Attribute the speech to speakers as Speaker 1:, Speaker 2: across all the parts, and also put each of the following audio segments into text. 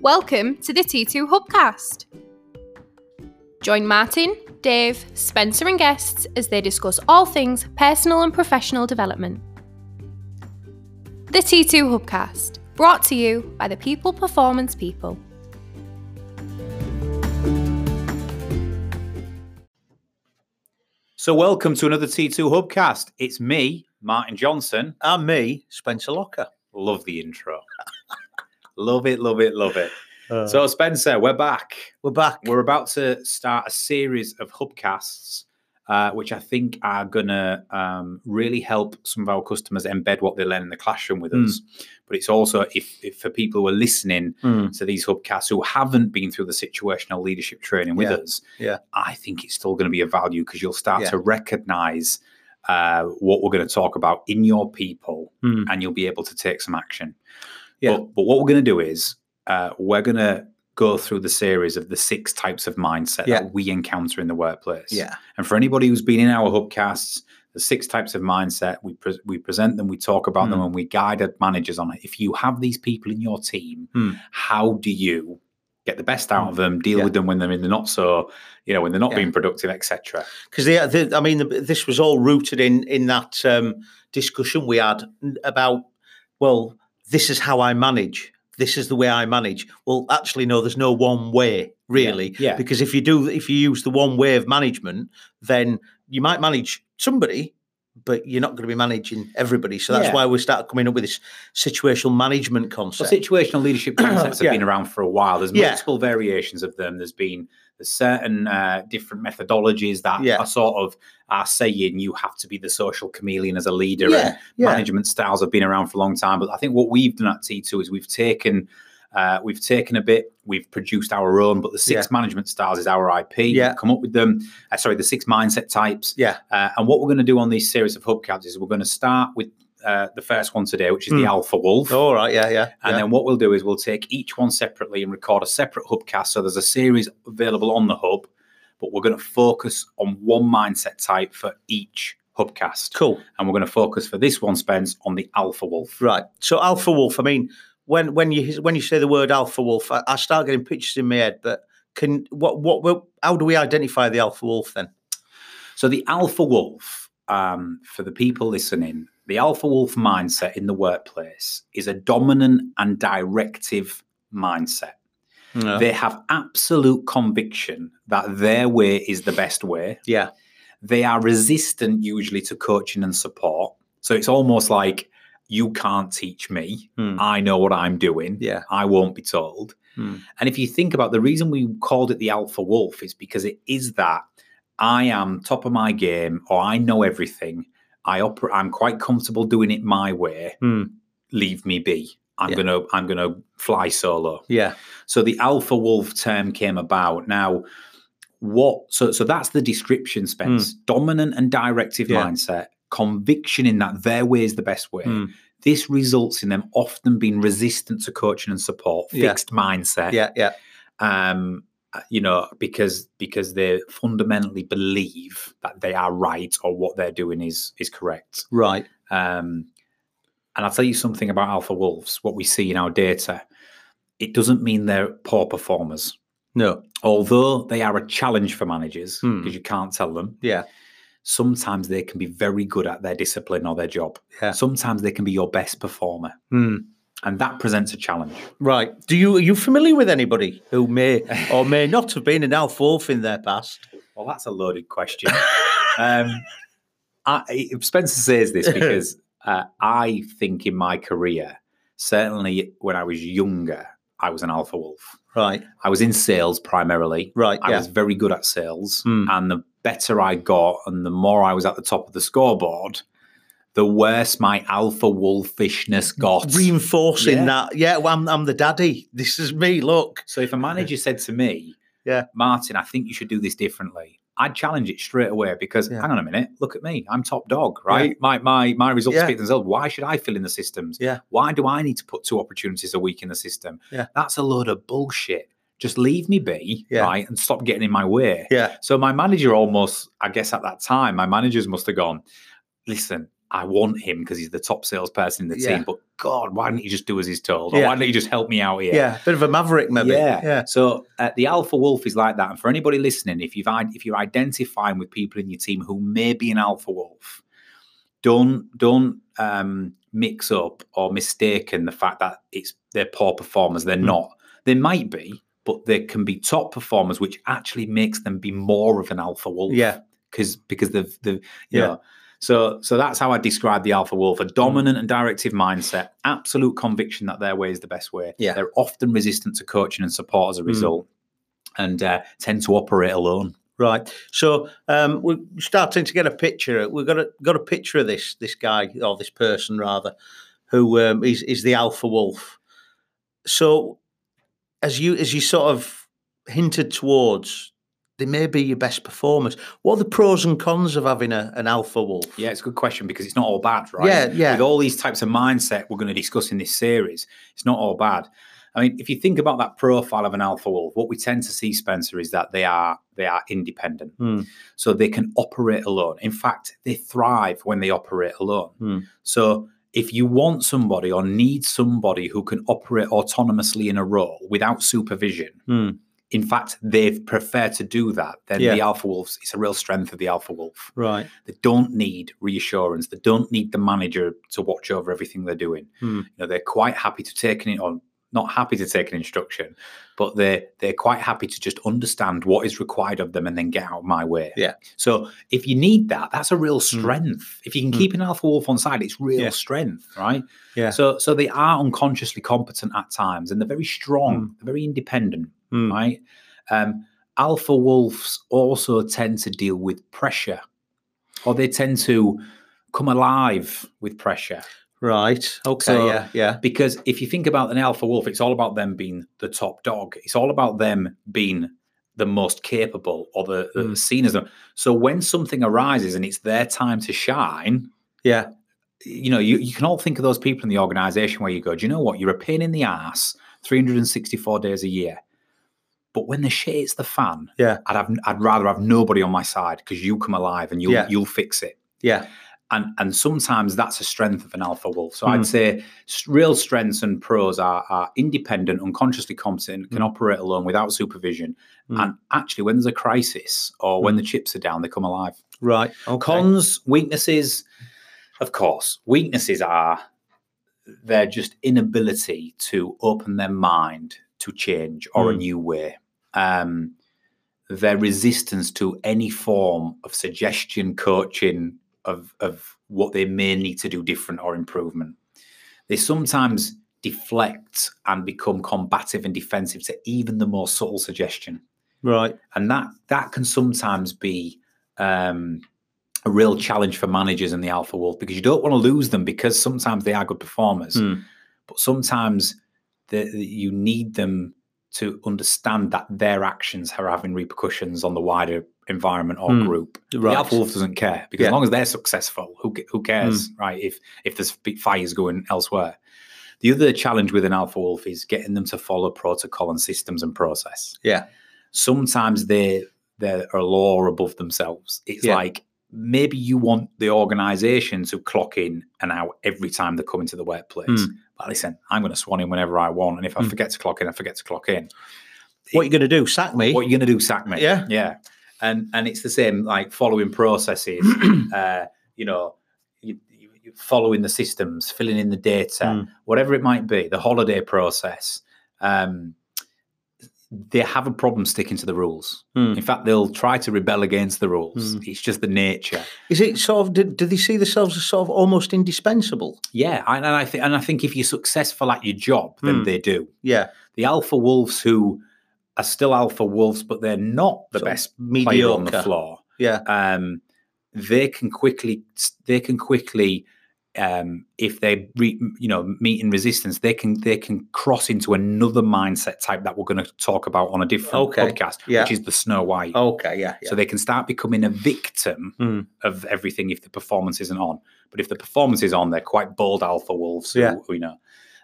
Speaker 1: Welcome to the T2 Hubcast. Join Martin, Dave, Spencer, and guests as they discuss all things personal and professional development. The T2 Hubcast, brought to you by the People Performance People.
Speaker 2: So, welcome to another T2 Hubcast. It's me, Martin Johnson.
Speaker 3: And me, Spencer Locker.
Speaker 2: Love the intro. love it, love it, love it.
Speaker 3: Uh,
Speaker 2: So, Spencer, we're back.
Speaker 3: we're back.
Speaker 2: We're about to start a series of Hubcasts, uh, which I think are going to um, really help some of our customers embed what they learn in the classroom with
Speaker 3: Mm.
Speaker 2: us. But it's also if, if for people who are listening
Speaker 3: Mm,
Speaker 2: to these Hubcasts who haven't been through the situational leadership training with
Speaker 3: Yeah,
Speaker 2: us,
Speaker 3: yeah.
Speaker 2: I think it's still going to be a value because you'll start
Speaker 3: Yeah.
Speaker 2: to recognize uh, what we're going to talk about in your people
Speaker 3: mm,
Speaker 2: and you'll be able to take some action.
Speaker 3: Yeah.
Speaker 2: But, but what we're going to do is uh, we're going to go through the series of the six types of mindset
Speaker 3: Yeah.
Speaker 2: that we encounter in the workplace.
Speaker 3: yeah.
Speaker 2: And for anybody who's been in our hubcasts, the six types of mindset, we, pre- we present them, we talk about them,
Speaker 3: Mm.
Speaker 2: and we guide our managers on it. If you have these people in your team,
Speaker 3: Mm.
Speaker 2: how do you get the best out of them, deal
Speaker 3: Hmm. Yeah.
Speaker 2: with them when they're in the not so, you know, when they're not
Speaker 3: Yeah.
Speaker 2: being productive, etc.
Speaker 3: Because the, I mean, the, this was all rooted in in that um, discussion we had n- about well, this is how I manage. This is the way I manage. Well, actually, no. There's no one way really.
Speaker 2: Yeah.
Speaker 3: Because if you do, if you use the one way of management, then you might manage somebody, but you're not going to be managing everybody. So that's
Speaker 2: Yeah.
Speaker 3: why we started coming up with this situational management
Speaker 2: Well,
Speaker 3: concept.
Speaker 2: situational leadership concepts have
Speaker 3: Yeah.
Speaker 2: been around for a while. There's
Speaker 3: Yeah.
Speaker 2: multiple variations of them. There's been there's certain uh, different methodologies that
Speaker 3: Yeah.
Speaker 2: are sort of are saying you have to be the social chameleon as a leader. And
Speaker 3: yeah, yeah,
Speaker 2: management styles have been around for a long time, but I think what we've done at T2 is we've taken uh, we've taken a bit, we've produced our own, but the six management styles is our IP. We've
Speaker 3: Yeah.
Speaker 2: come up with them. Uh, sorry, the six mindset types.
Speaker 3: yeah.
Speaker 2: Uh, and what we're going to do on these series of hubcaps is we're going to start with uh, the first one today, which is the
Speaker 3: Hmm.
Speaker 2: alpha wolf.
Speaker 3: All right, yeah, yeah.
Speaker 2: And
Speaker 3: yeah.
Speaker 2: then what we'll do is we'll take each one separately and record a separate hubcast. So there's a series available on the hub, but we're going to focus on one mindset type for each hubcast.
Speaker 3: cool.
Speaker 2: And we're going to focus for this one, Spence, on the alpha wolf.
Speaker 3: Right. So alpha wolf. I mean, when when you when you say the word alpha wolf, I, I start getting pictures in my head. But can what what what- how do we identify the alpha wolf then?
Speaker 2: So the alpha wolf, um, for the people listening, the alpha wolf mindset in the workplace is a dominant and directive mindset. They have absolute conviction that their way is the best way.
Speaker 3: yeah.
Speaker 2: they are resistant usually to coaching and support. So it's almost like you can't teach me.
Speaker 3: Hmm.
Speaker 2: I know what I'm doing.
Speaker 3: Yeah.
Speaker 2: I won't be told.
Speaker 3: Hmm.
Speaker 2: And if you think about the reason we called it the alpha wolf is because it is that I am top of my game or I know everything. I oper- I'm quite comfortable doing it my way.
Speaker 3: Hmm.
Speaker 2: Leave me be. I'm
Speaker 3: Yeah.
Speaker 2: going to I'm going to fly solo.
Speaker 3: Yeah.
Speaker 2: So the alpha wolf term came about. Now, what? So so that's the description, Spence. Dominant and directive
Speaker 3: Hmm. Yeah.
Speaker 2: mindset, conviction in that their way is the best way.
Speaker 3: Hmm.
Speaker 2: This results in them often being resistant to coaching and support,
Speaker 3: Yeah.
Speaker 2: fixed mindset.
Speaker 3: Yeah. Yeah.
Speaker 2: Um, you know, because because they fundamentally believe that they are right or what they're doing is is correct.
Speaker 3: Right.
Speaker 2: Um, and I'll tell you something about alpha wolves, what we see in our data. It doesn't mean they're poor performers,
Speaker 3: No.
Speaker 2: although they are a challenge for managers
Speaker 3: Hmm.
Speaker 2: because you can't tell them.
Speaker 3: Yeah.
Speaker 2: Sometimes they can be very good at their discipline or their job.
Speaker 3: Yeah.
Speaker 2: Sometimes they can be your best performer,
Speaker 3: Hmm.
Speaker 2: and that presents a challenge.
Speaker 3: Right. Do you are you familiar with anybody who may or may not have been an alpha wolf in their past?
Speaker 2: Well, that's a loaded question. um, I, Spencer says this because uh, I think in my career, certainly when I was younger, I was an alpha wolf.
Speaker 3: Right.
Speaker 2: I was in sales primarily.
Speaker 3: Right.
Speaker 2: I
Speaker 3: yeah.
Speaker 2: was very good at sales.
Speaker 3: Hmm.
Speaker 2: And the better I got and the more I was at the top of the scoreboard, the worse my alpha wolfishness got.
Speaker 3: Reinforcing
Speaker 2: Yeah.
Speaker 3: that. Yeah. Well, I'm I'm the daddy. This is me. Look.
Speaker 2: So if a manager said to me,
Speaker 3: Yeah.
Speaker 2: Martin, I think you should do this differently. I'd challenge it straight away because
Speaker 3: Yeah.
Speaker 2: hang on a minute, look at me. I'm top dog, right? My my my results
Speaker 3: Yeah.
Speaker 2: speak for themselves. Why should I fill in the systems?
Speaker 3: Yeah.
Speaker 2: Why do I need to put two opportunities a week in the system?
Speaker 3: Yeah.
Speaker 2: That's a load of bullshit. Just leave me be,
Speaker 3: Yeah.
Speaker 2: right? And stop getting in my way.
Speaker 3: Yeah.
Speaker 2: So my manager almost, I guess at that time, my managers must have gone, listen, I want him because he's the top salesperson in the
Speaker 3: Yeah.
Speaker 2: team. But God, why didn't you just do as he's told? Or
Speaker 3: Yeah.
Speaker 2: why didn't you just help me out here?
Speaker 3: Yeah. bit of a maverick, maybe.
Speaker 2: Yeah.
Speaker 3: yeah.
Speaker 2: So uh, the alpha wolf is like that. And for anybody listening, if you've id- if you're identifying with people in your team who may be an alpha wolf, don't don't um, mix up or mistaken the fact that it's they're poor performers. They're not. They might be, but they can be top performers, which actually makes them be more of an alpha wolf.
Speaker 3: Yeah.
Speaker 2: because because they've the you
Speaker 3: Yeah. Mm.
Speaker 2: know. So, so that's how I describe the alpha wolf: a dominant and directive mindset, absolute conviction that their way is the best way.
Speaker 3: Yeah. Mm.
Speaker 2: they're often resistant to coaching and support as a result, and uh, tend to operate alone.
Speaker 3: Right. So um, we're starting to get a picture. We've got a got a picture of this this guy or this person rather, who um, is is the alpha wolf. So as you as you sort of hinted towards, they may be your best performers. What are the pros and cons of having a, an alpha wolf?
Speaker 2: Yeah, it's a good question because it's not all bad, right?
Speaker 3: Yeah, yeah.
Speaker 2: With all these types of mindset we're going to discuss in this series, it's not all bad. I mean, if you think about that profile of an alpha wolf, what we tend to see, Spencer, is that they are they are independent.
Speaker 3: Hmm.
Speaker 2: so they can operate alone. In fact, they thrive when they operate alone.
Speaker 3: Hmm.
Speaker 2: So if you want somebody or need somebody who can operate autonomously in a role without supervision,
Speaker 3: Hmm.
Speaker 2: in fact, they prefer to do that, then
Speaker 3: Yeah.
Speaker 2: the alpha wolves, it's a real strength of the alpha wolf.
Speaker 3: Right.
Speaker 2: They don't need reassurance. They don't need the manager to watch over everything they're doing.
Speaker 3: Hmm.
Speaker 2: You know, they're quite happy to take an or not happy to take an instruction, but they they're quite happy to just understand what is required of them and then get out of my way.
Speaker 3: Yeah.
Speaker 2: So if you need that, that's a real strength. If you can
Speaker 3: Hmm.
Speaker 2: keep an alpha wolf on side, it's real
Speaker 3: Yeah.
Speaker 2: strength, right?
Speaker 3: Yeah.
Speaker 2: So so they are unconsciously competent at times, and they're very strong, they're very independent,
Speaker 3: Hmm.
Speaker 2: right? Um, alpha wolves also tend to deal with pressure, or they tend to come alive with pressure.
Speaker 3: Right. Okay.
Speaker 2: So-
Speaker 3: yeah. Yeah.
Speaker 2: Because if you think about an alpha wolf, it's all about them being the top dog. It's all about them being the most capable or the, the
Speaker 3: Mm.
Speaker 2: seen as them. So when something arises and it's their time to shine,
Speaker 3: Yeah.
Speaker 2: you know, you, you can all think of those people in the organization where you go, do you know what? You're a pain in the ass 364 days a year. But when the shit hits the fan,
Speaker 3: Yeah.
Speaker 2: I'd have I'd rather have nobody on my side because you come alive and you'll
Speaker 3: Yeah.
Speaker 2: you'll fix it
Speaker 3: Yeah.
Speaker 2: and and sometimes that's a strength of an alpha wolf. So
Speaker 3: Mm.
Speaker 2: I'd say s- real strengths and pros are, are independent, unconsciously competent,
Speaker 3: Hmm.
Speaker 2: can operate alone without supervision,
Speaker 3: Mm.
Speaker 2: and actually when there's a crisis or
Speaker 3: Hmm.
Speaker 2: when the chips are down, they come alive.
Speaker 3: Right. Okay.
Speaker 2: Cons, weaknesses, of course, weaknesses are their just inability to open their mind to change or a
Speaker 3: Mm.
Speaker 2: new way. Um, their resistance to any form of suggestion, coaching of of what they may need to do different or improvement. They sometimes deflect and become combative and defensive to even the more subtle suggestion
Speaker 3: right.
Speaker 2: and that that can sometimes be um, a real challenge for managers in the alpha wolf because you don't want to lose them because sometimes they are good performers,
Speaker 3: Hmm.
Speaker 2: but sometimes the, the- you need them to understand that their actions are having repercussions on the wider environment or
Speaker 3: Hmm.
Speaker 2: group.
Speaker 3: Right.
Speaker 2: The alpha wolf doesn't care because
Speaker 3: Yeah. Hmm.
Speaker 2: as long as they're successful, who ca- who cares, right? If if there's f- fires going elsewhere. The other challenge with an alpha wolf is getting them to follow protocol and systems and process
Speaker 3: Yeah.
Speaker 2: sometimes they they're a law above themselves. It's
Speaker 3: Yeah.
Speaker 2: like maybe you want the organization to clock in and out every time they come into the workplace.
Speaker 3: Mm.
Speaker 2: But listen, I'm going to swan in whenever I want, and if I
Speaker 3: Mm.
Speaker 2: forget to clock in, I forget to clock in.
Speaker 3: What are you going to do? Sack me?
Speaker 2: What are you going to do? Sack me?
Speaker 3: Yeah.
Speaker 2: yeah. And and it's the same like following processes. uh, you know, you, you, you following the systems, filling in the data,
Speaker 3: Mm.
Speaker 2: whatever it might be. The holiday process. Um, they have a problem sticking to the rules.
Speaker 3: Hmm.
Speaker 2: In fact, they'll try to rebel against the rules. It's just the nature.
Speaker 3: Is it sort of? Do, do they see themselves as sort of almost indispensable?
Speaker 2: Yeah, and, and I think and I think if you're successful at your job, then
Speaker 3: Mm.
Speaker 2: they do.
Speaker 3: Yeah,
Speaker 2: The alpha wolves who are still alpha wolves, but they're not the
Speaker 3: Sort of
Speaker 2: best player
Speaker 3: mediocre.
Speaker 2: on the floor.
Speaker 3: Yeah,
Speaker 2: Um, they can quickly they can quickly um, if they re, you know meet in resistance, they can they can cross into another mindset type that we're going to talk about on a different
Speaker 3: Okay,
Speaker 2: podcast,
Speaker 3: yeah.
Speaker 2: which is the Snow White.
Speaker 3: okay, yeah, yeah.
Speaker 2: So they can start becoming a victim
Speaker 3: Mm.
Speaker 2: of everything if the performance isn't on. But if the performance is on, they're quite bold alpha wolves, who-
Speaker 3: Yeah.
Speaker 2: who, you know.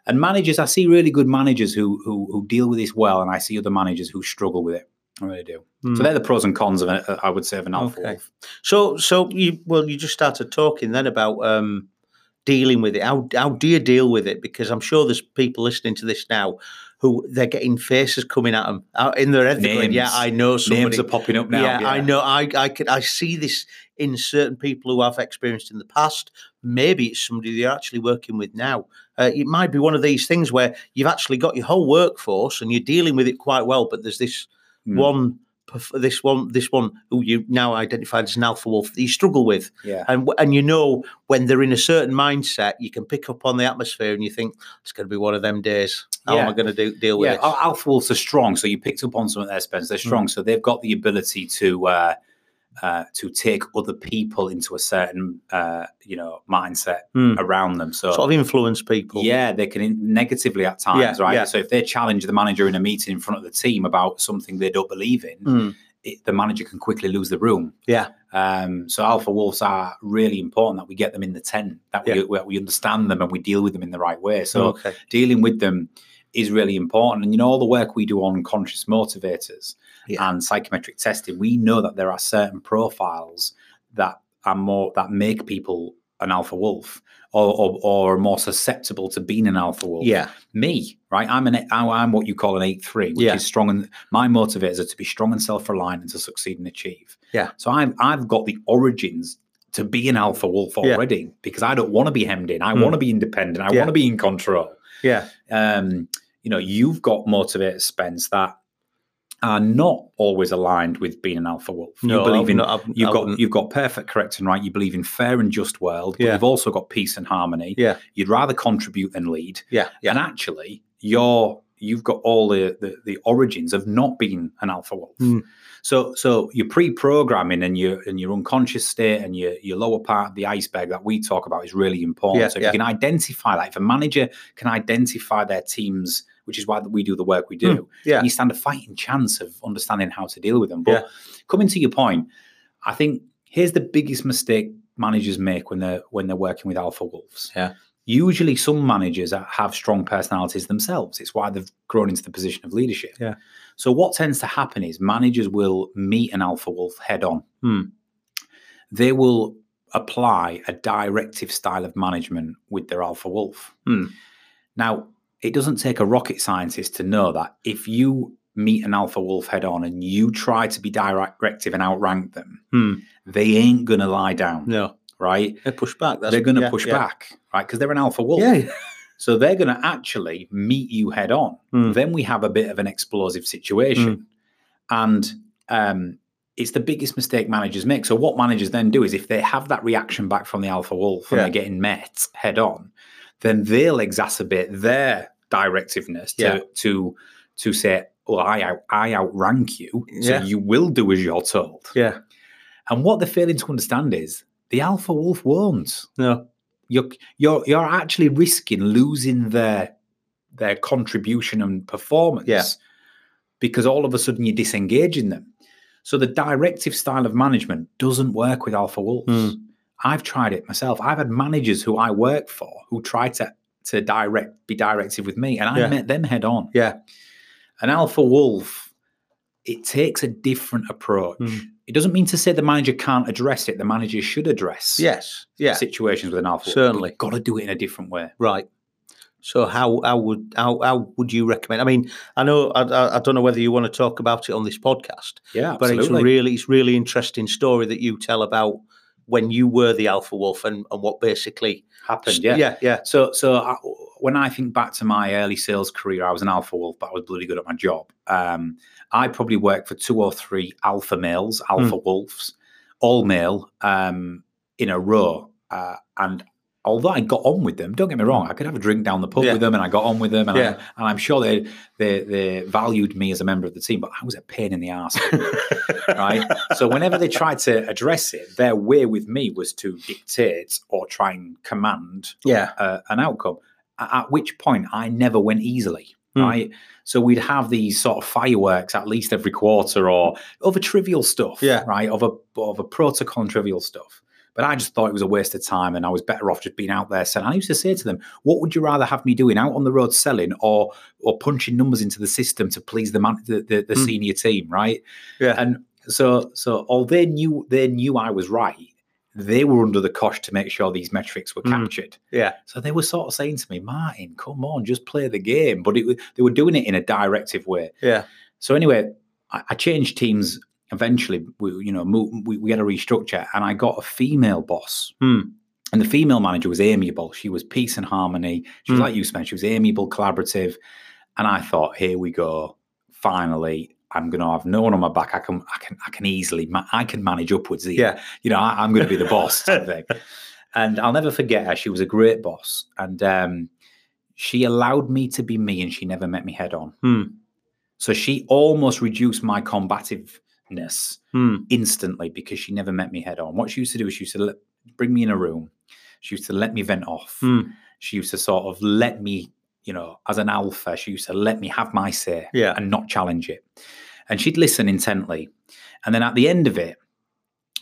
Speaker 2: And managers, I see really good managers who, who who deal with this well, and I see other managers who struggle with it. And they do.
Speaker 3: Mm.
Speaker 2: So they're the pros and cons of an, uh, I would say of an alpha
Speaker 3: Hmm. Okay.
Speaker 2: wolf.
Speaker 3: So, so you well, you just started talking then about um, dealing with it. How how do you deal with it? Because I'm sure there's people listening to this now who they're getting faces coming at them out in their head. they're going, Yeah,
Speaker 2: Names.
Speaker 3: I know somebody.
Speaker 2: Names are popping up now.
Speaker 3: yeah, I know. I I could I see this in certain people who I've experienced in the past. Maybe it's somebody they're actually working with now. Uh, it might be one of these things where you've actually got your whole workforce and you're dealing with it quite well, but there's this
Speaker 2: Mm.
Speaker 3: one perf- this one this one who you now identified as an alpha wolf that you struggle with
Speaker 2: Yeah.
Speaker 3: and w- and you know when they're in a certain mindset you can pick up on the atmosphere and you think it's going to be one of them days how am
Speaker 2: Yeah.
Speaker 3: i going to do, deal with
Speaker 2: Yeah,
Speaker 3: it
Speaker 2: al- alpha wolves are strong. So you picked up on some of their spends. They're strong, so they've got the ability to uh, uh, to take other people into a certain uh, you know mindset
Speaker 3: Hmm.
Speaker 2: around them. So
Speaker 3: sort of influence people
Speaker 2: yeah, they can in- negatively at times,
Speaker 3: Yeah,
Speaker 2: right?
Speaker 3: yeah.
Speaker 2: So if they challenge the manager in a meeting in front of the team about something they don't believe in,
Speaker 3: Mm,
Speaker 2: it, the manager can quickly lose the room.
Speaker 3: yeah
Speaker 2: Um, so alpha wolves are really important that we get them in the tent, that we, we we understand them and we deal with them in the right way. So
Speaker 3: okay
Speaker 2: dealing with them is really important. And you know, all the work we do on conscious motivators
Speaker 3: Yeah.
Speaker 2: and psychometric testing, we know that there are certain profiles that are more that make people an alpha wolf or or, or are more susceptible to being an alpha wolf.
Speaker 3: yeah
Speaker 2: Me, right? I'm an I'm what you call an eight three, which
Speaker 3: Yeah.
Speaker 2: is strong and my motivators are to be strong and self reliant and to succeed and achieve.
Speaker 3: Yeah.
Speaker 2: So I've I've got the origins to be an alpha wolf
Speaker 3: Yeah.
Speaker 2: already because I don't want to be hemmed in. I
Speaker 3: Hmm.
Speaker 2: want to be independent. I
Speaker 3: Yeah.
Speaker 2: want to be in control
Speaker 3: yeah
Speaker 2: um, you know, you've got motivators, Spence, that are not always aligned with being an alpha wolf. you believe in you've got you've got perfect, correct, and right. You believe in fair and just world, but
Speaker 3: Yeah.
Speaker 2: you've also got peace and harmony.
Speaker 3: Yeah.
Speaker 2: You'd rather contribute than lead.
Speaker 3: yeah yeah
Speaker 2: And actually, you're you've got all the the, the origins of not being an alpha wolf.
Speaker 3: Mm.
Speaker 2: So so your pre-programming and your and your unconscious state and your your lower part of the iceberg that we talk about is really important.
Speaker 3: Yeah,
Speaker 2: so if
Speaker 3: yeah.
Speaker 2: you can identify that, if a manager can identify their teams, which is why we do the work we do,
Speaker 3: yeah
Speaker 2: you stand a fighting chance of understanding how to deal with them. But
Speaker 3: Yeah.
Speaker 2: coming to your point, I think here's the biggest mistake managers make when they're when they're working with alpha wolves.
Speaker 3: Yeah.
Speaker 2: Usually some managers are- have strong personalities themselves. It's why they've grown into the position of leadership.
Speaker 3: Yeah.
Speaker 2: So what tends to happen is managers will meet an alpha wolf head on.
Speaker 3: Hmm.
Speaker 2: They will apply a directive style of management with their alpha wolf.
Speaker 3: Hmm.
Speaker 2: Now, it doesn't take a rocket scientist to know that if you meet an alpha wolf head on and you try to be directive and outrank them,
Speaker 3: Hmm.
Speaker 2: they ain't going to lie down,
Speaker 3: no
Speaker 2: right?
Speaker 3: they push back that's,
Speaker 2: they're going to
Speaker 3: yeah,
Speaker 2: push
Speaker 3: yeah. Oh.
Speaker 2: back, right? Because they're an alpha wolf.
Speaker 3: yeah yeah.
Speaker 2: So they're going to actually meet you head on.
Speaker 3: Mm.
Speaker 2: Then we have a bit of an explosive situation. And um, it's the biggest mistake managers make. So, what managers then do is if they have that reaction back from the alpha wolf and
Speaker 3: Yeah.
Speaker 2: they're getting met head on, then they'll exacerbate their directiveness to,
Speaker 3: Yeah.
Speaker 2: to, to say, well, I, out, I outrank you. So,
Speaker 3: Yeah.
Speaker 2: you will do as you're told.
Speaker 3: yeah
Speaker 2: And what they're failing to understand is the alpha wolf won't
Speaker 3: no
Speaker 2: you're you're you're actually risking losing their their contribution and performance
Speaker 3: Yeah.
Speaker 2: because all of a sudden you're disengaging them so the directive style of management doesn't work with alpha wolves
Speaker 3: Hmm.
Speaker 2: i've tried it myself i've had managers who i work for who try to to direct be directive with me and i
Speaker 3: Yeah.
Speaker 2: met them head on
Speaker 3: Yeah.
Speaker 2: an alpha wolf it takes a different approach
Speaker 3: Hmm.
Speaker 2: it doesn't mean to say the manager can't address it the manager should address
Speaker 3: yes yeah
Speaker 2: situations with an alpha.
Speaker 3: Certainly.
Speaker 2: got to do it in a different way.
Speaker 3: Right. So how how would how how would you recommend? I mean, I know I- I, I don't know whether you want to talk about it on this podcast,
Speaker 2: Yeah,
Speaker 3: but it's a really it's really interesting story that you tell about when you were the alpha wolf and, and what basically
Speaker 2: happened. Yeah.
Speaker 3: yeah yeah
Speaker 2: So, so I, when I think back to my early sales career, I was an alpha wolf, but I was bloody good at my job. Um, I probably worked for two or three alpha males,
Speaker 3: Hmm.
Speaker 2: alpha wolves, all male, um, in a row. Uh, and although I got on with them, don't get me wrong, I could have a drink down the pub
Speaker 3: Yeah.
Speaker 2: with them, and I got on with them, and, I-
Speaker 3: Yeah.
Speaker 2: and I'm sure they, they they valued me as a member of the team, but I was a pain in the ass. right? So whenever they tried to address it, their way with me was to dictate or try and command
Speaker 3: yeah
Speaker 2: uh, an outcome. a- At which point, I never went easily.
Speaker 3: Hmm.
Speaker 2: Right, so we'd have these sort of fireworks at least every quarter, or over trivial stuff,
Speaker 3: Yeah.
Speaker 2: right, over over protocol and trivial stuff. But I just thought it was a waste of time and I was better off just being out there selling. I used to say to them, what would you rather have me doing out on the road selling or or punching numbers into the system to please the man the, the, the
Speaker 3: Mm.
Speaker 2: senior team, right?
Speaker 3: Yeah.
Speaker 2: And so so although they knew they knew I was right, they were under the cosh to make sure these metrics were
Speaker 3: Mm.
Speaker 2: captured.
Speaker 3: Yeah.
Speaker 2: So they were sort of saying to me, Martin, come on, just play the game. But it, wa- they were doing it in a directive way.
Speaker 3: Yeah.
Speaker 2: So anyway, I, I changed teams eventually. We, you know, mo- we, we had a restructure, and I got a female boss.
Speaker 3: Hmm.
Speaker 2: And the female manager was amiable. She was peace and harmony. She was
Speaker 3: Hmm.
Speaker 2: like you, Sven. She was amiable, collaborative. And I thought, here we go. Finally, I'm going to have no one on my back. I can, I can, I can easily, ma- I can manage upwards. Here
Speaker 3: Yeah.
Speaker 2: you know, I, I'm going to be the boss type thing. And I'll never forget her. She was a great boss, and um, she allowed me to be me, and she never met me head on.
Speaker 3: Hmm.
Speaker 2: So she almost reduced my combativeness
Speaker 3: Hmm.
Speaker 2: instantly because she never met me head on. What she used to do is she used to let, bring me in a room. She used to let me vent off.
Speaker 3: Hmm.
Speaker 2: She used to sort of let me, you know, as an alpha, she used to let me have my say
Speaker 3: Yeah.
Speaker 2: and not challenge it. And she'd listen intently. And then at the end of it,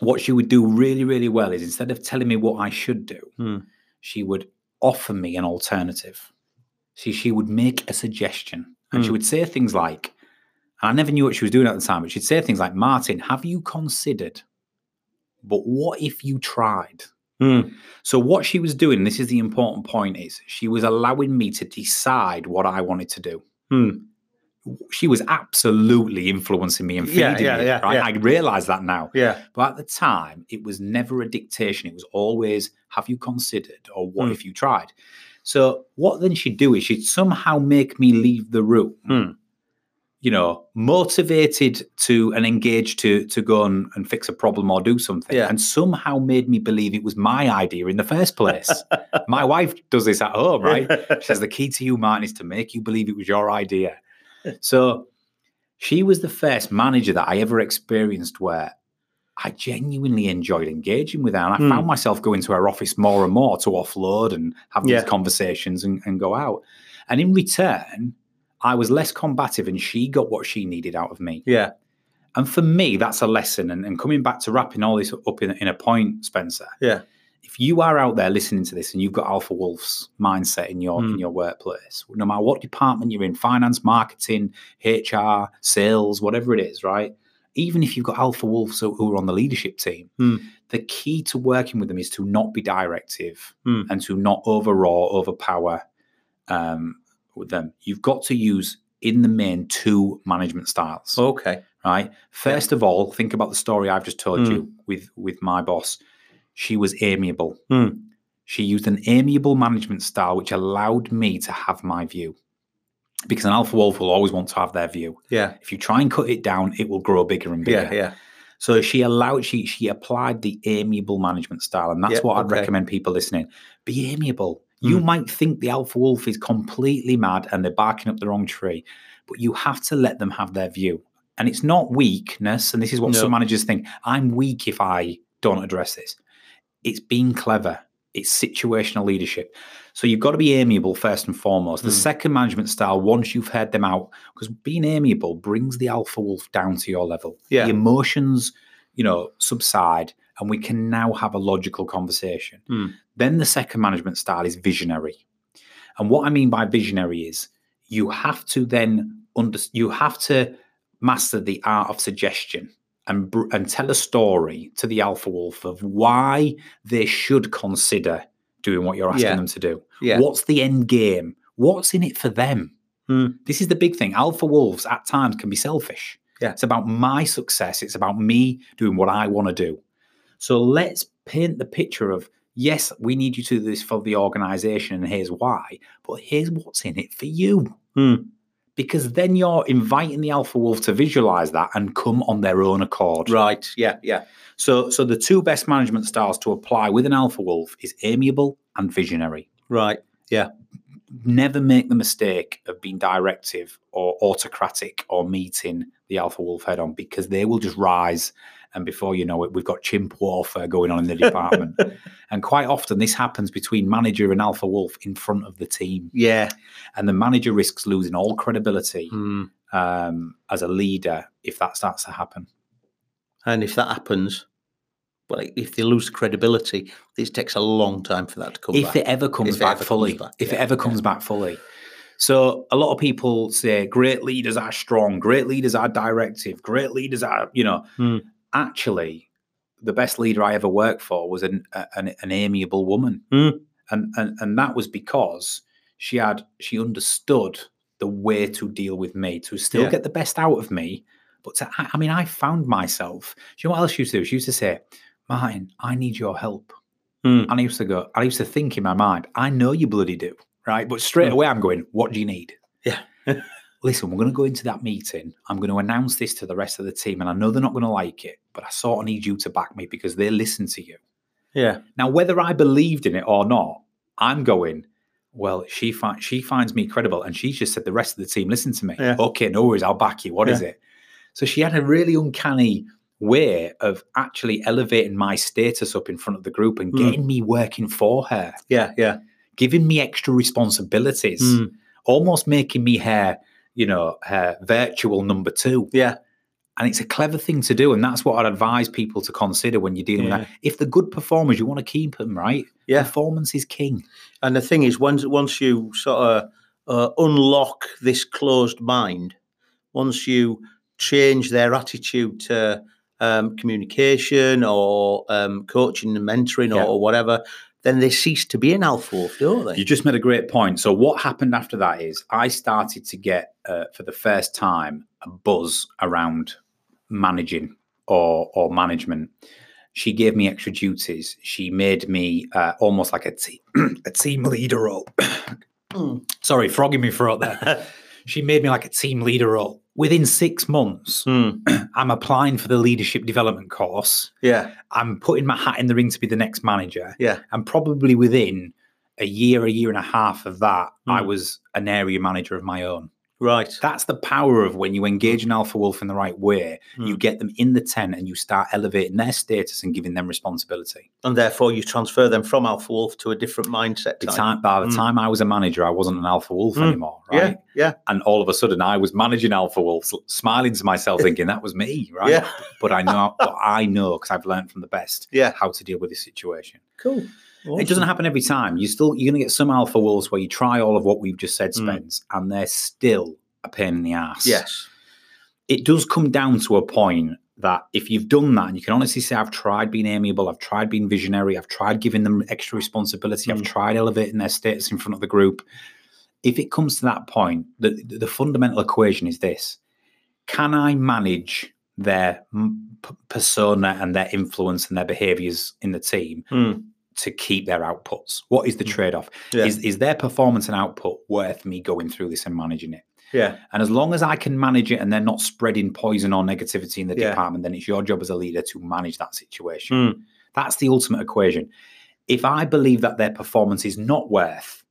Speaker 2: what she would do really, really well is instead of telling me what I should do,
Speaker 3: Hmm.
Speaker 2: she would offer me an alternative. She, she would make a suggestion and she
Speaker 3: Hmm.
Speaker 2: would say things like, and I never knew what she was doing at the time, but she'd say things like, Martin, have you considered? But what if you tried?
Speaker 3: Hmm.
Speaker 2: So what she was doing, this is the important point, is she was allowing me to decide what I wanted to do.
Speaker 3: Hmm.
Speaker 2: She was absolutely influencing me and feeding
Speaker 3: Yeah, yeah,
Speaker 2: me.
Speaker 3: yeah,
Speaker 2: right?
Speaker 3: yeah.
Speaker 2: I realise that now.
Speaker 3: Yeah.
Speaker 2: But at the time, it was never a dictation. It was always, have you considered or what
Speaker 3: Hmm.
Speaker 2: if you tried? So what then she'd do is she'd somehow make me leave the room,
Speaker 3: Hmm.
Speaker 2: you know, motivated to and engaged to to go and, and fix a problem or do something.
Speaker 3: Yeah.
Speaker 2: And somehow made me believe it was my idea in the first place. my wife does this at home, right? She says the key to you, Martin, is to make you believe it was your idea. So she was the first manager that I ever experienced where I genuinely enjoyed engaging with her. And I
Speaker 3: Hmm.
Speaker 2: found myself going to her office more and more to offload and have
Speaker 3: Yeah.
Speaker 2: these conversations and, and go out. And in return, I was less combative and she got what she needed out of me.
Speaker 3: yeah.
Speaker 2: And for me, that's a lesson. And, and coming back to wrapping all this up in, in a point, Spencer.
Speaker 3: Yeah.
Speaker 2: If you are out there listening to this and you've got Alpha Wolf's mindset in your in
Speaker 3: Mm.
Speaker 2: your workplace, no matter what department you're in, finance, marketing, HR, sales, whatever it is, right? Even if you've got Alpha Wolves who- who are on the leadership team,
Speaker 3: Mm.
Speaker 2: the key to working with them is to not be directive
Speaker 3: Mm.
Speaker 2: and to not overraw, overpower um, with them. You've got to use, in the main, two management styles
Speaker 3: Okay.
Speaker 2: right? First of all, think about the story I've just told you with with my boss. She was amiable.
Speaker 3: Mm.
Speaker 2: She used an amiable management style which allowed me to have my view. Because an alpha wolf will always want to have their view.
Speaker 3: Yeah.
Speaker 2: If you try and cut it down, it will grow bigger and bigger.
Speaker 3: Yeah. Yeah.
Speaker 2: So she allowed she she applied the amiable management style, and that's
Speaker 3: Yeah,
Speaker 2: what I'd
Speaker 3: okay.
Speaker 2: recommend people listening. Be amiable. You
Speaker 3: Mm.
Speaker 2: might think the alpha wolf is completely mad and they're barking up the wrong tree, but you have to let them have their view. And it's not weakness, and this is what
Speaker 3: No.
Speaker 2: some managers think. I'm weak if I don't address this. It's being clever. It's situational leadership. So you've got to be amiable first and foremost. The
Speaker 3: Mm.
Speaker 2: second management style, once you've heard them out, because being amiable brings the alpha wolf down to your level.
Speaker 3: Yeah.
Speaker 2: The emotions, you know, subside and we can now have a logical conversation.
Speaker 3: Mm.
Speaker 2: Then the second management style is visionary. And what I mean by visionary is you have to then under, you have to master the art of suggestion and br- and tell a story to the alpha wolf of why they should consider doing what you're asking
Speaker 3: Yeah.
Speaker 2: them to do.
Speaker 3: Yeah.
Speaker 2: What's the end game? What's in it for them?
Speaker 3: Hmm.
Speaker 2: This is the big thing. Alpha wolves at times can be selfish.
Speaker 3: Yeah.
Speaker 2: It's about my success. It's about me doing what I want to do. So let's paint the picture of yes, we need you to do this for the organization, and here's why, but here's what's in it for you.
Speaker 3: Hmm.
Speaker 2: Because then you're inviting the alpha wolf to visualize that and come on their own accord.
Speaker 3: Right. Yeah. Yeah.
Speaker 2: So, so the two best management styles to apply with an alpha wolf is amiable and visionary
Speaker 3: Right.
Speaker 2: never make the mistake of being directive or autocratic or meeting the alpha wolf head on because they will just rise and before you know it we've got chimp warfare going on in the department and quite often this happens between manager and alpha wolf in front of the team
Speaker 3: Yeah.
Speaker 2: and the manager risks losing all credibility
Speaker 3: Hmm.
Speaker 2: um, as a leader if that starts to happen
Speaker 3: And if that happens, Well, if they lose credibility, this takes a long time for that to come
Speaker 2: if
Speaker 3: back.
Speaker 2: it ever comes
Speaker 3: it
Speaker 2: back
Speaker 3: ever
Speaker 2: fully.
Speaker 3: comes back,
Speaker 2: If it
Speaker 3: yeah,
Speaker 2: ever comes back fully. So a lot of people say great leaders are strong, great leaders are directive, great leaders are, you know,
Speaker 3: Hmm.
Speaker 2: actually the best leader I ever worked for was an a- an, an amiable woman.
Speaker 3: Hmm.
Speaker 2: And, and and that was because she had she understood the way to deal with me to still
Speaker 3: Yeah.
Speaker 2: get the best out of me. But to, I, I mean, I found myself. Do you know what else she used to do? She used to say, Martin, I need your help.
Speaker 3: Hmm.
Speaker 2: And I used to go, I used to think in my mind, I know you bloody do, right? But straight
Speaker 3: Hmm.
Speaker 2: away, I'm going, what do you need?
Speaker 3: Yeah.
Speaker 2: Listen, we're going to go into that meeting. I'm going to announce this to the rest of the team. And I know they're not going to like it, but I sort of need you to back me because they listen to you.
Speaker 3: yeah,
Speaker 2: Now, whether I believed in it or not, I'm going, well, she, fi- she finds me credible. And she just said, the rest of the team listen to me.
Speaker 3: Yeah.
Speaker 2: Okay, no worries. I'll back you. What is it? So she had a really uncanny way of actually elevating my status up in front of the group and
Speaker 3: Hmm.
Speaker 2: getting me working for her
Speaker 3: yeah, yeah.
Speaker 2: giving me extra responsibilities,
Speaker 3: Mm,
Speaker 2: almost making me her, you know, her virtual number two.
Speaker 3: yeah,
Speaker 2: And it's a clever thing to do. And that's what I'd advise people to consider when you're dealing
Speaker 3: Yeah.
Speaker 2: with that. If they're good performers, you want to keep them, right?
Speaker 3: yeah.
Speaker 2: Performance is king.
Speaker 3: And the thing is, once once you sort of uh, unlock this closed mind, once you change their attitude to um, communication or um, coaching and mentoring
Speaker 2: Yeah.
Speaker 3: or, or whatever, then they cease to be an alpha wolf, don't they?
Speaker 2: You just made a great point. So, what happened after that is I started to get, uh, for the first time, a buzz around managing or, or management. She gave me extra duties. She made me uh, almost like a, te- a team leader role. Hmm.
Speaker 3: Mm.
Speaker 2: Sorry, frogging me throat there. she made me like a team leader role. Within six months,
Speaker 3: Mm,
Speaker 2: I'm applying for the leadership development course.
Speaker 3: yeah,
Speaker 2: I'm putting my hat in the ring to be the next manager.
Speaker 3: yeah,
Speaker 2: And probably within a year, a year and a half of that, I
Speaker 3: Mm.
Speaker 2: was an area manager of my own.
Speaker 3: right.
Speaker 2: That's the power of when you engage an alpha wolf in the right way, you
Speaker 3: Mm.
Speaker 2: get them in the tent and you start elevating their status and giving them responsibility.
Speaker 3: And therefore, you transfer them from alpha wolf to a different mindset.
Speaker 2: The
Speaker 3: type.
Speaker 2: time, by the
Speaker 3: Mm.
Speaker 2: time I was a manager, I wasn't an alpha wolf
Speaker 3: Mm.
Speaker 2: anymore, right?
Speaker 3: Yeah,
Speaker 2: and all of a sudden I was managing Alpha Wolves, smiling to myself, thinking that was me,
Speaker 3: yeah,
Speaker 2: right?
Speaker 3: yeah.
Speaker 2: But I know, but I know because I've learned from the best,
Speaker 3: Yeah.
Speaker 2: how to deal with this situation.
Speaker 3: Cool.
Speaker 2: It doesn't happen every time. You still you're going to get some Alpha Wolves where you try all of what we've just said,
Speaker 3: Mm.
Speaker 2: Spence, and they're still a pain in the ass.
Speaker 3: Yes.
Speaker 2: it does come down to a point that if you've done that and you can honestly say i've tried being amiable i've tried being visionary i've tried giving them extra responsibility i've
Speaker 3: Mm.
Speaker 2: tried elevating their status in front of the group if it comes to that point the, the fundamental equation is this can i manage their mm, p- persona and their influence and their behaviors in the team
Speaker 3: Mm,
Speaker 2: to keep their outputs what is the trade-off
Speaker 3: Yeah.
Speaker 2: is, is their performance and output worth me going through this and managing it
Speaker 3: yeah.
Speaker 2: and as long as I can manage it and they're not spreading poison or negativity in the
Speaker 3: Yeah.
Speaker 2: department, then it's your job as a leader to manage that situation.
Speaker 3: Mm.
Speaker 2: That's the ultimate equation. If I believe that their performance is not worth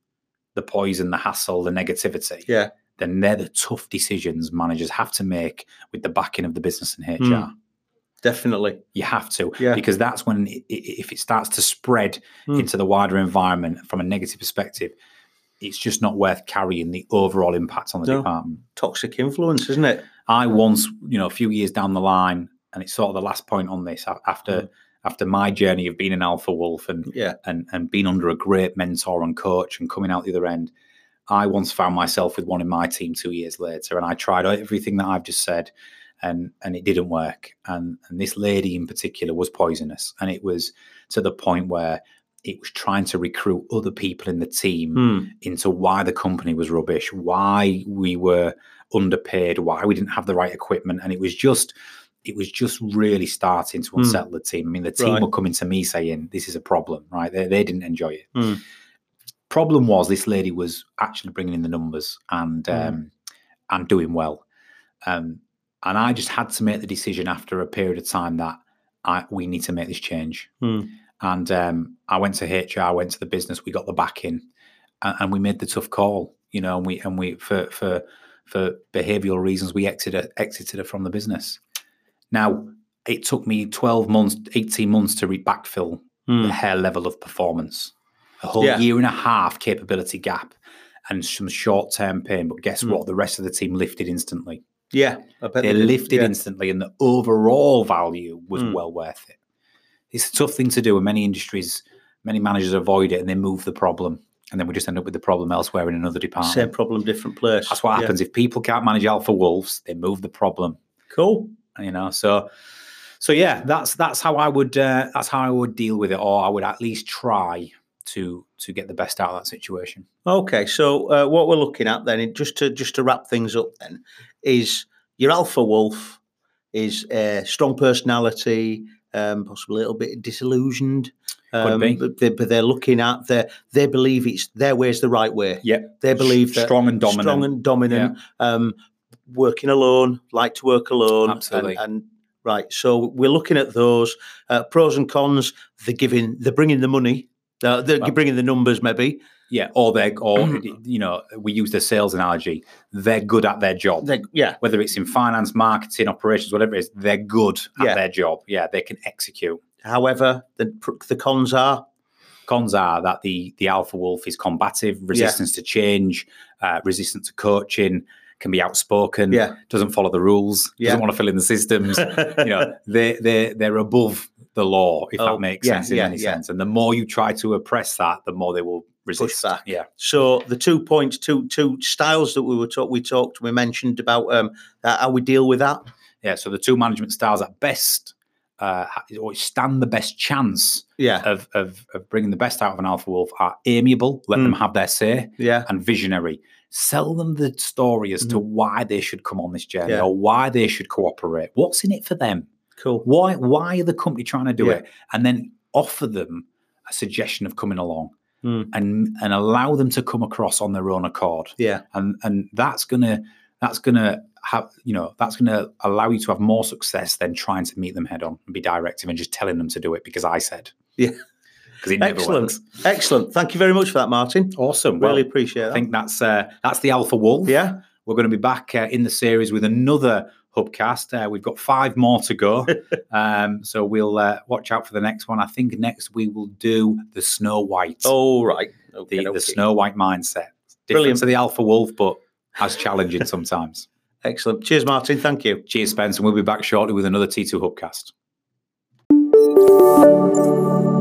Speaker 2: the poison, the hassle, the negativity,
Speaker 3: Yeah.
Speaker 2: then they're the tough decisions managers have to make with the backing of the business and HR.
Speaker 3: Mm. Definitely.
Speaker 2: You have to,
Speaker 3: Yeah.
Speaker 2: because that's when, i- i- if it starts to spread
Speaker 3: Mm.
Speaker 2: into the wider environment from a negative perspective, it's just not worth carrying the overall impact on the
Speaker 3: No.
Speaker 2: department.
Speaker 3: Toxic influence, isn't it?
Speaker 2: I once, you know, a few years down the line, and it's sort of the last point on this a- after
Speaker 3: Mm.
Speaker 2: after my journey of being an alpha wolf and
Speaker 3: Yeah.
Speaker 2: and and being under a great mentor and coach and coming out the other end. I once found myself with one in my team two years later, and I tried everything that I've just said, and and it didn't work. And and this lady in particular was poisonous, and it was to the point where it was trying to recruit other people in the team
Speaker 3: Mm.
Speaker 2: into why the company was rubbish, why we were underpaid, why we didn't have the right equipment, and it was just it was just really starting to
Speaker 3: Hmm.
Speaker 2: unsettle the team. I mean, the team
Speaker 3: Right.
Speaker 2: were coming to me saying this is a problem, right? They, they didn't enjoy it.
Speaker 3: Hmm.
Speaker 2: Problem was this lady was actually bringing in the numbers and
Speaker 3: Hmm.
Speaker 2: um, and doing well, um, and I just had to make the decision after a period of time that I, we need to make this change.
Speaker 3: Hmm.
Speaker 2: And um, I went to HR, I went to the business, we got the backing, and, and we made the tough call, you know, and we and we for for for behavioural reasons we exited exited her from the business. Now it took me twelve months, eighteen months to re- backfill
Speaker 3: Mm.
Speaker 2: her level of performance, a whole
Speaker 3: Yeah.
Speaker 2: year and a half capability gap, and some short term pain. But guess
Speaker 3: Hmm.
Speaker 2: what? The rest of the team lifted instantly.
Speaker 3: Yeah, I bet
Speaker 2: They
Speaker 3: did.
Speaker 2: lifted
Speaker 3: Yeah.
Speaker 2: instantly, and the overall value was
Speaker 3: Hmm.
Speaker 2: well worth it. It's a tough thing to do, and many industries, many managers avoid it and they move the problem. And then we just end up with the problem elsewhere in another department.
Speaker 3: Same problem, different place.
Speaker 2: That's what
Speaker 3: Yeah.
Speaker 2: happens. If people can't manage alpha wolves, they move the problem.
Speaker 3: Cool.
Speaker 2: You know, so so yeah, that's that's how I would uh, that's how I would deal with it, or I would at least try to to get the best out of that situation.
Speaker 3: Okay, so uh, what we're looking at then, in- just to just to wrap things up, then is your alpha wolf is a strong personality, um, possibly a little bit disillusioned. Um,
Speaker 2: be.
Speaker 3: But, they, but they're looking at they they believe it's their way is the right way.
Speaker 2: Yep,
Speaker 3: They believe that
Speaker 2: strong and dominant.
Speaker 3: strong and dominant. Um, working alone, like to work alone, and-
Speaker 2: Absolutely.
Speaker 3: And, right, so we're looking at those uh, pros and cons. They're giving, they're bringing the money. They're, they're
Speaker 2: Well-
Speaker 3: bringing the numbers, maybe.
Speaker 2: yeah, or they or you know, we use the sales analogy. They're good at their job.
Speaker 3: They're, yeah,
Speaker 2: whether it's in finance, marketing, operations, whatever it is, they're good at
Speaker 3: Yeah.
Speaker 2: their job. Yeah, they can execute.
Speaker 3: However, the pr- the cons are
Speaker 2: Cons are that the the alpha wolf is combative, resistance to change, uh, resistant to coaching, can be outspoken,
Speaker 3: Yeah.
Speaker 2: doesn't follow the rules,
Speaker 3: Yeah.
Speaker 2: doesn't want to fill in the systems. you know, they they they're above the law, if
Speaker 3: Oh,
Speaker 2: that makes
Speaker 3: yeah,
Speaker 2: sense in
Speaker 3: yeah,
Speaker 2: any
Speaker 3: yeah.
Speaker 2: sense. And the more you try to oppress that, the more they will resist.
Speaker 3: back.
Speaker 2: Yeah,
Speaker 3: so the two points, two two styles that we were talk we talked we mentioned about um uh, how we deal with that.
Speaker 2: yeah. So the two management styles at best. Uh, ha- or stand the best chance
Speaker 3: Yeah,
Speaker 2: of, of, of bringing the best out of an alpha wolf are amiable, let
Speaker 3: Hmm.
Speaker 2: them have their say,
Speaker 3: yeah,
Speaker 2: and visionary. Sell them the story as to why they should come on this journey
Speaker 3: Mm-hmm. Yeah.
Speaker 2: or why they should cooperate. What's in it for them?
Speaker 3: cool.
Speaker 2: Why why are the company trying to do
Speaker 3: Yeah.
Speaker 2: it? And then offer them a suggestion of coming along
Speaker 3: Mm.
Speaker 2: and and allow them to come across on their own accord.
Speaker 3: Yeah,
Speaker 2: And and that's gonna that's gonna have you know that's gonna allow you to have more success than trying to meet them head on and be directive and just telling them to do it because I said.
Speaker 3: Yeah.
Speaker 2: Because it never
Speaker 3: excellent,
Speaker 2: works.
Speaker 3: excellent. Thank you very much for that, Martin.
Speaker 2: Awesome. Well,
Speaker 3: Really appreciate that.
Speaker 2: I think that's uh, that's the Alpha Wolf.
Speaker 3: yeah,
Speaker 2: We're going to be back uh, in the series with another Hubcast. Uh, we've got five more to go. um, so we'll uh, watch out for the next one. I think next we will do the Snow White,
Speaker 3: all right.
Speaker 2: the,
Speaker 3: Okay,
Speaker 2: the
Speaker 3: okay.
Speaker 2: Snow White mindset. Different
Speaker 3: Brilliant.
Speaker 2: to the Alpha Wolf, but as challenging sometimes.
Speaker 3: Excellent. Cheers, Martin. Thank you.
Speaker 2: Cheers, Spence. And we'll be back shortly with another T2 Hubcast.